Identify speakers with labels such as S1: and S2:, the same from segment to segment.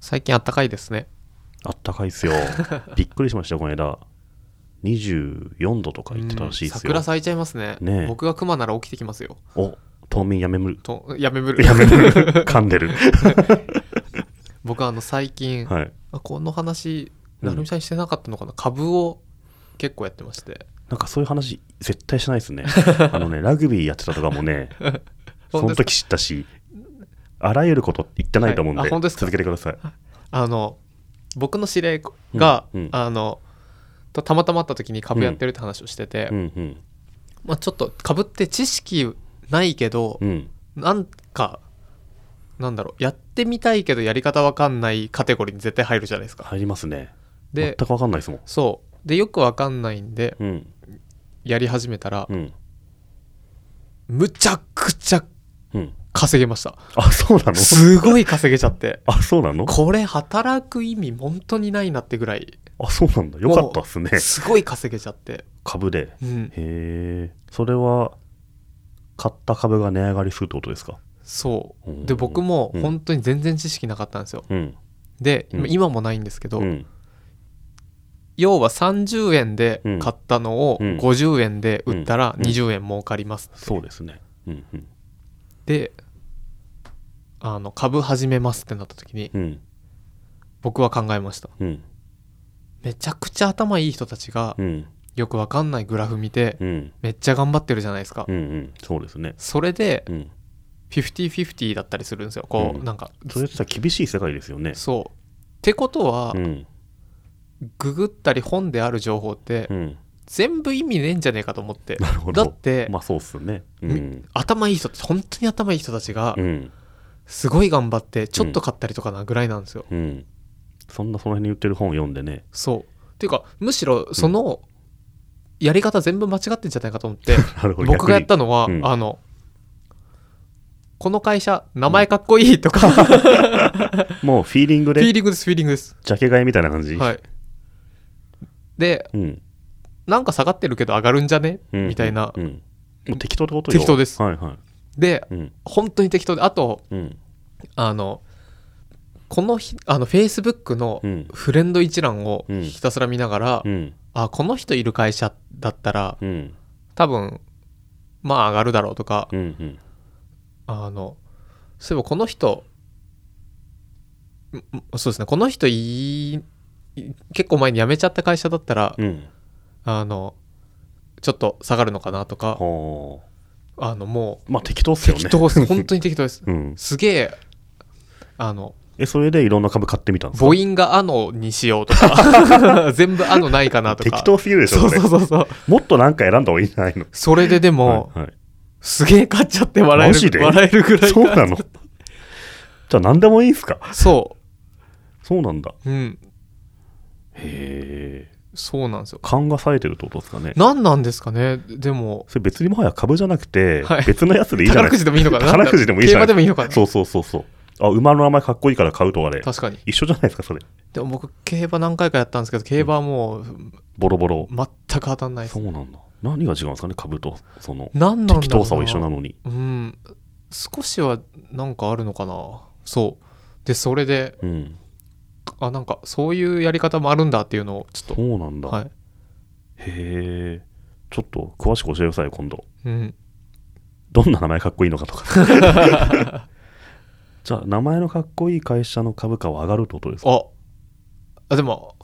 S1: 最近あったかいですね。
S2: あったか いですよ。びっくりしましたよ、この間。24度とか言ってたらしいですよ。
S1: 桜咲いちゃいますね。
S2: ねえ
S1: 僕が熊なら起きてきますよ。
S2: お、冬眠やめむる。
S1: とやめぶる。
S2: やめむる。噛んでる。
S1: 僕あの最近、
S2: はい。
S1: あこの話、
S2: うん
S1: なるみさんにしてなかったのかな、株を結構やってまして。
S2: なんかそういう話、絶対しないですね。あのね、ラグビーやってたとかも ね、その
S1: 本当
S2: 時知ったし、あらゆること言ってないと思うんで、
S1: はいあ本当ですか
S2: 続けてください。
S1: あの僕の指令が、
S2: うんうん
S1: あのとたまたま会った時に株やってるって話をしてて、
S2: うんうん。
S1: まあ、ちょっと株って知識ないけど、
S2: うん。
S1: なんかなんだろうやってみたいけどやり方わかんないカテゴリーに絶対入るじゃないですか。
S2: 入りますね。全
S1: で
S2: くわかんないですもん。
S1: そうでよくわかんないんで
S2: うん。
S1: やり始めたら、
S2: うん。
S1: むちゃくちゃ
S2: うん。
S1: 稼げま した
S2: あ、そうなの
S1: すごい稼げちゃって
S2: あ、そうなの
S1: これ働く意味本当にないなってぐらい
S2: あ、そうなんだ。よかったっすね。
S1: すごい稼げちゃって、
S2: 株で。
S1: うん、
S2: へえ。それは、買った株が値上がりするってことですか
S1: そう
S2: う
S1: で
S2: ん
S1: 僕も
S2: うん
S1: 本当に全然知識なかったんですよ
S2: うん。
S1: で、
S2: うん
S1: 今もないんですけど、
S2: うん。
S1: 要は30円で買ったのを
S2: うん
S1: 50円で売ったら
S2: うん
S1: 20円儲かりますって、
S2: そうですね。うんうん。
S1: であの株始めますってなった時に
S2: うん。
S1: 僕は考えました
S2: うん。
S1: めちゃくちゃ頭いい人たちが
S2: うん。
S1: よくわかんないグラフ見て
S2: うん。
S1: めっちゃ頑張ってるじゃないですか
S2: うん。うん。そうですね。
S1: それで
S2: うん。
S1: 50/50だったりするんですよこ
S2: う
S1: うんなんか
S2: それってさ厳しい世界ですよね。
S1: そうってことは
S2: うん。
S1: ググったり本である情報って
S2: うん。
S1: 全部意味ねえんじゃねえかと思って
S2: なるほ
S1: だ
S2: ど。
S1: って、
S2: まあそうっすね。う
S1: み
S2: ん。
S1: 頭いい人って本当に頭いい人たちが
S2: うん。
S1: すごい頑張ってちょっと買ったりとかなぐらいなんですよ、
S2: うん。そんなその辺に言ってる本を読んでね。
S1: そうっていうかむしろそのやり方全部間違ってんじゃないかと思 って、
S2: なるほど。
S1: 僕がやったのは、
S2: うん
S1: あのこの会社名前かっこいいとか、フ
S2: 逆にもうフィーリング
S1: ィー
S2: で、
S1: リングですフィーリングです
S2: ジャケ買いみたいな感じ。
S1: はいで
S2: うん。
S1: なんか下がってるけど上がるんじゃね
S2: うん。
S1: みたいな
S2: うん。もう適当ってことよ
S1: 適当です
S2: はいは
S1: で
S2: い。うん。
S1: 本当に適当であと
S2: うん。
S1: あのこの日あのフェイスブックの
S2: うん。
S1: フレンド一覧を
S2: うん
S1: ひたすら見ながら、
S2: うん。
S1: あこの人いる会社だったら
S2: うん。
S1: 多分まあ上がるだろうとか、
S2: うん。うん。
S1: あのそういえばこの人んんそうですねこの人いい結構前に辞めちゃった会社だったら、
S2: うん。
S1: あのちょっと下がるのかなとか
S2: は
S1: あのも
S2: あ。まあ適当っ
S1: う
S2: すよね。
S1: 適当です本当に適当です
S2: うん。
S1: すげえあの
S2: え、それでいろんな株買ってみたんですか
S1: 母音が「あの」にしようと か全部「あの」ないかなとか
S2: 適当すぎるでし
S1: そ
S2: ょ、
S1: う
S2: それ
S1: そうそうそう
S2: もっとなんか選んだ方がいいんじゃないの
S1: それででも、
S2: はいはい
S1: すげえ買っちゃって笑え
S2: マジ
S1: る
S2: で
S1: 笑えるぐらい
S2: そう なのじゃあ何でもいいんすか
S1: そ
S2: そうなんだ。
S1: ううん
S2: へえ。
S1: そうなんですよ
S2: 勘が冴えてるってことですかね。
S1: 何なんですかねでも
S2: それ別にもはや株じゃなくて、
S1: はい
S2: 別のやつでいいじゃ
S1: 宝
S2: ないで
S1: くじ
S2: す
S1: でもいいのか
S2: か。
S1: な
S2: 宝くじでもいいじゃな
S1: 競馬
S2: い
S1: でもいいの
S2: か
S1: かな
S2: そうそうそうそう。あ、馬の名前かっこいいから買うとかで、
S1: 確かに
S2: 一緒じゃないですか、それ。
S1: でも僕競馬何回かやったんですけど競馬はもう全
S2: ボロボロ。
S1: く当たんないで
S2: そ
S1: す
S2: うなんだ。何が違うんですかね、株と、その、
S1: 何なんだろうな
S2: 適当さは一緒なのに。
S1: うん少しはなんかあるのかなそうでそれで
S2: うん。
S1: あなんかそういうやり方もあるんだっていうのをちょっ
S2: そうなん
S1: と
S2: だ。
S1: はい
S2: へえ。ちょっと詳しく教えてください、今度。
S1: うん
S2: どんな名前かっこいいのかとか。 じゃあ、名前のかっこいい会社の株価は上がるってことですか
S1: ああでも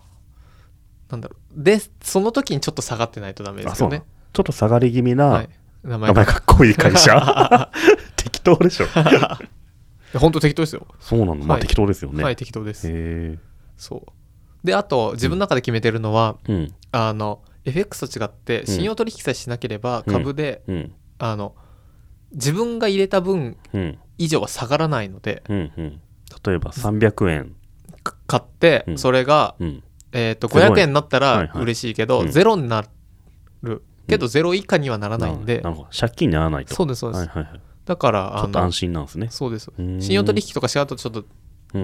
S1: なんだろうでその時にちょっと下がってないとダメですよ
S2: あそうな
S1: ね
S2: のちょっと下がり気味な、
S1: はい名前
S2: 名前かっこいい会社 適当でしょ
S1: 本当適当ですよ
S2: そうなの
S1: は
S2: まあ
S1: い
S2: 適当ですよね、
S1: はい適当です
S2: へ
S1: そうであと自分の中で決めてるのは、
S2: えうん
S1: あの FX と違って信用取引さえしなければ
S2: うん
S1: 株で、
S2: うん
S1: あの自分が入れた分
S2: うん
S1: 以上は下がらないので
S2: うんうん例えば300円、
S1: か買って
S2: うん
S1: それが、
S2: うん、
S1: えー、と
S2: ゼロ円
S1: 500円になった
S2: はい
S1: ら
S2: はい
S1: 嬉しいけど、
S2: うん
S1: ゼロになるけどゼロ以下にはならないんで、
S2: なるほど借金にならないと
S1: そうですそうです、
S2: はいはいはい、
S1: だから
S2: ちょっと安心なんですね
S1: そうです
S2: うーん
S1: 信用取引とかしちゃうとちょっと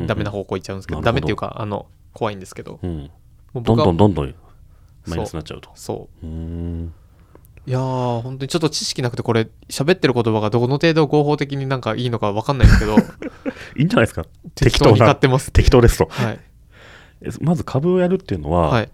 S1: ダメな
S2: 方、
S1: 方向行っちゃうんですけど、
S2: な
S1: ダ
S2: るほど
S1: メっていうかあの怖いんですけど
S2: うん、
S1: もう
S2: どん
S1: 僕は
S2: どんどんどんマイナスになっちゃうと
S1: そう
S2: うーん
S1: いやー本当にちょっと知識なくてこれ喋ってる言葉がどの程度合法的になんかいいのか分かんないんです けど
S2: いいんじゃないですか
S1: 適当に買ってます
S2: 適当ですと。
S1: はい
S2: えまず株をやるっていうのは、
S1: はい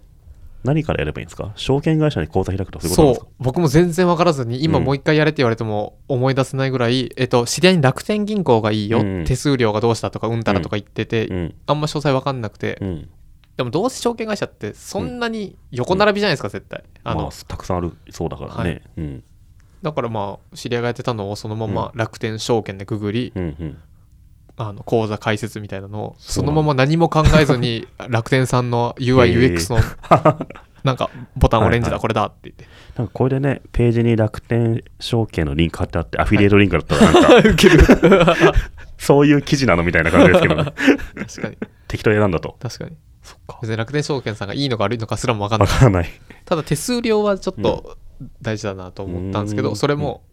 S2: 何からやればいいんですか証券会社に口座開くとかそういうことなんです
S1: そ
S2: か
S1: う僕も全然分からずに今
S2: うん
S1: もう一回やれって言われても思い出せないぐらい、えっと、知り合いに楽天銀行がいいよ、
S2: うん
S1: 手数料がどうしたとかうんたらとか言ってて、
S2: うん
S1: あんま詳細分かんなくて、
S2: うん
S1: でもどうせ証券会社ってそんなに横並びじゃないですか絶対、あの
S2: まあ、たくさんあるそうだからね、
S1: はい
S2: うん
S1: だからまあ知り合いがやってたのをそのまま楽天証券でググり、
S2: うんうん
S1: あの口座開設みたいなのを
S2: そ
S1: そう
S2: な
S1: の
S2: の
S1: まま何も考えず に楽天さんの UIUX のなんかボタンオレンジ
S2: はい
S1: だ
S2: はい
S1: これだって言って
S2: なんかこれでねページに楽天証券のリンク貼ってあってアフィリエイトリンクだったらなん か、そういう記事なのみたいな感じですけど、ね、
S1: 確かに
S2: 適当に選んだと
S1: 確かに
S2: そっか
S1: 別に楽天証券さんがいいのか悪いのかすらも分かんな
S2: わ
S1: い
S2: からない
S1: ただ手数料はちょっと大事だなと思ったんですけ
S2: う
S1: ど
S2: ん
S1: それも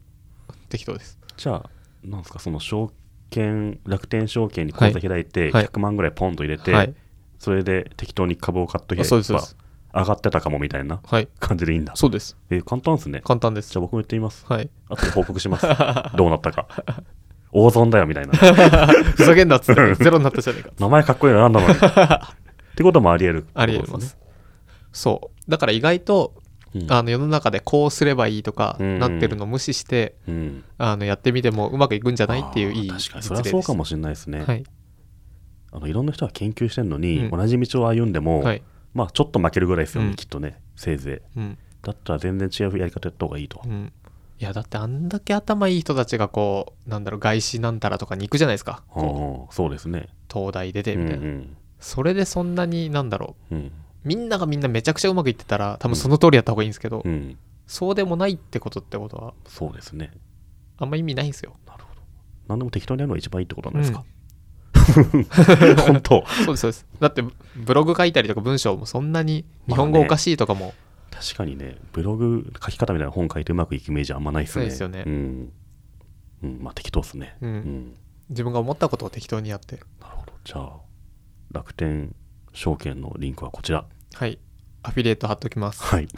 S1: 適当です
S2: じゃあなんですかその証券楽天証券に口座開いて、
S1: はい
S2: 100万ぐらいポンと入れて、
S1: はい
S2: それで適当に株を買っとけ
S1: あそうですそう
S2: ば
S1: です
S2: 上がってたかもみたいな
S1: はい
S2: 感じでいいんだ
S1: そうです
S2: えー簡単ですね
S1: 簡単です
S2: じゃあ僕も言ってみます
S1: はい
S2: 後で報告します どうなったか大損だよみたいな
S1: ふざけんなっつ ってゼロになったじゃねえか
S2: 名前かっこいいの選ん だのにってこともあり得る
S1: ありえます、そうだから意外と、
S2: うん
S1: あの世の中でこうすればいいとか
S2: うん
S1: なってるのを無視して、
S2: うん
S1: あのやってみてもうまくいくんじゃないっていういい
S2: あー確
S1: 実
S2: か
S1: 例で
S2: に
S1: す
S2: それはそうかもしれないですね、
S1: はい
S2: あのいろんな人が研究してるのに、
S1: うん
S2: 同じ道を歩んでも、
S1: はい
S2: まあちょっと負けるぐらいですよね、
S1: うん
S2: きっとねせいぜい
S1: うん
S2: だったら全然違うやり方やった方がいいと、
S1: うんいやだってあんだけ頭いい人たちがこうなんだろう外資なんたらとかに行くじゃないですかこ
S2: ああそうですね
S1: う東大出て
S2: うん
S1: みたいな、それでそんなになんだろ
S2: うんうん
S1: うみんながみんなめちゃくちゃうまくいってたら多分その通りやった方がいいんですけど、
S2: うん
S1: そうでもないってことってことは
S2: そうですね
S1: あんま意味ないんですよ
S2: なるほど何でも適当にやるのが一番いいってことなんですか、 本当
S1: そうですそうですだってブログ書いたりとか文章もそんなに日本語おかしいとかも、
S2: 確かにねブログ書き方みたいな本書いてうまくいくイメージあんまないですね
S1: ないですよね
S2: うん、うん、まあ適当ですね
S1: うん
S2: うん
S1: 自分が思ったことを適当にやって
S2: なるほど。じゃあ、楽天証券のリンクはこちら。
S1: はいアフィリエイト貼っときます
S2: はい。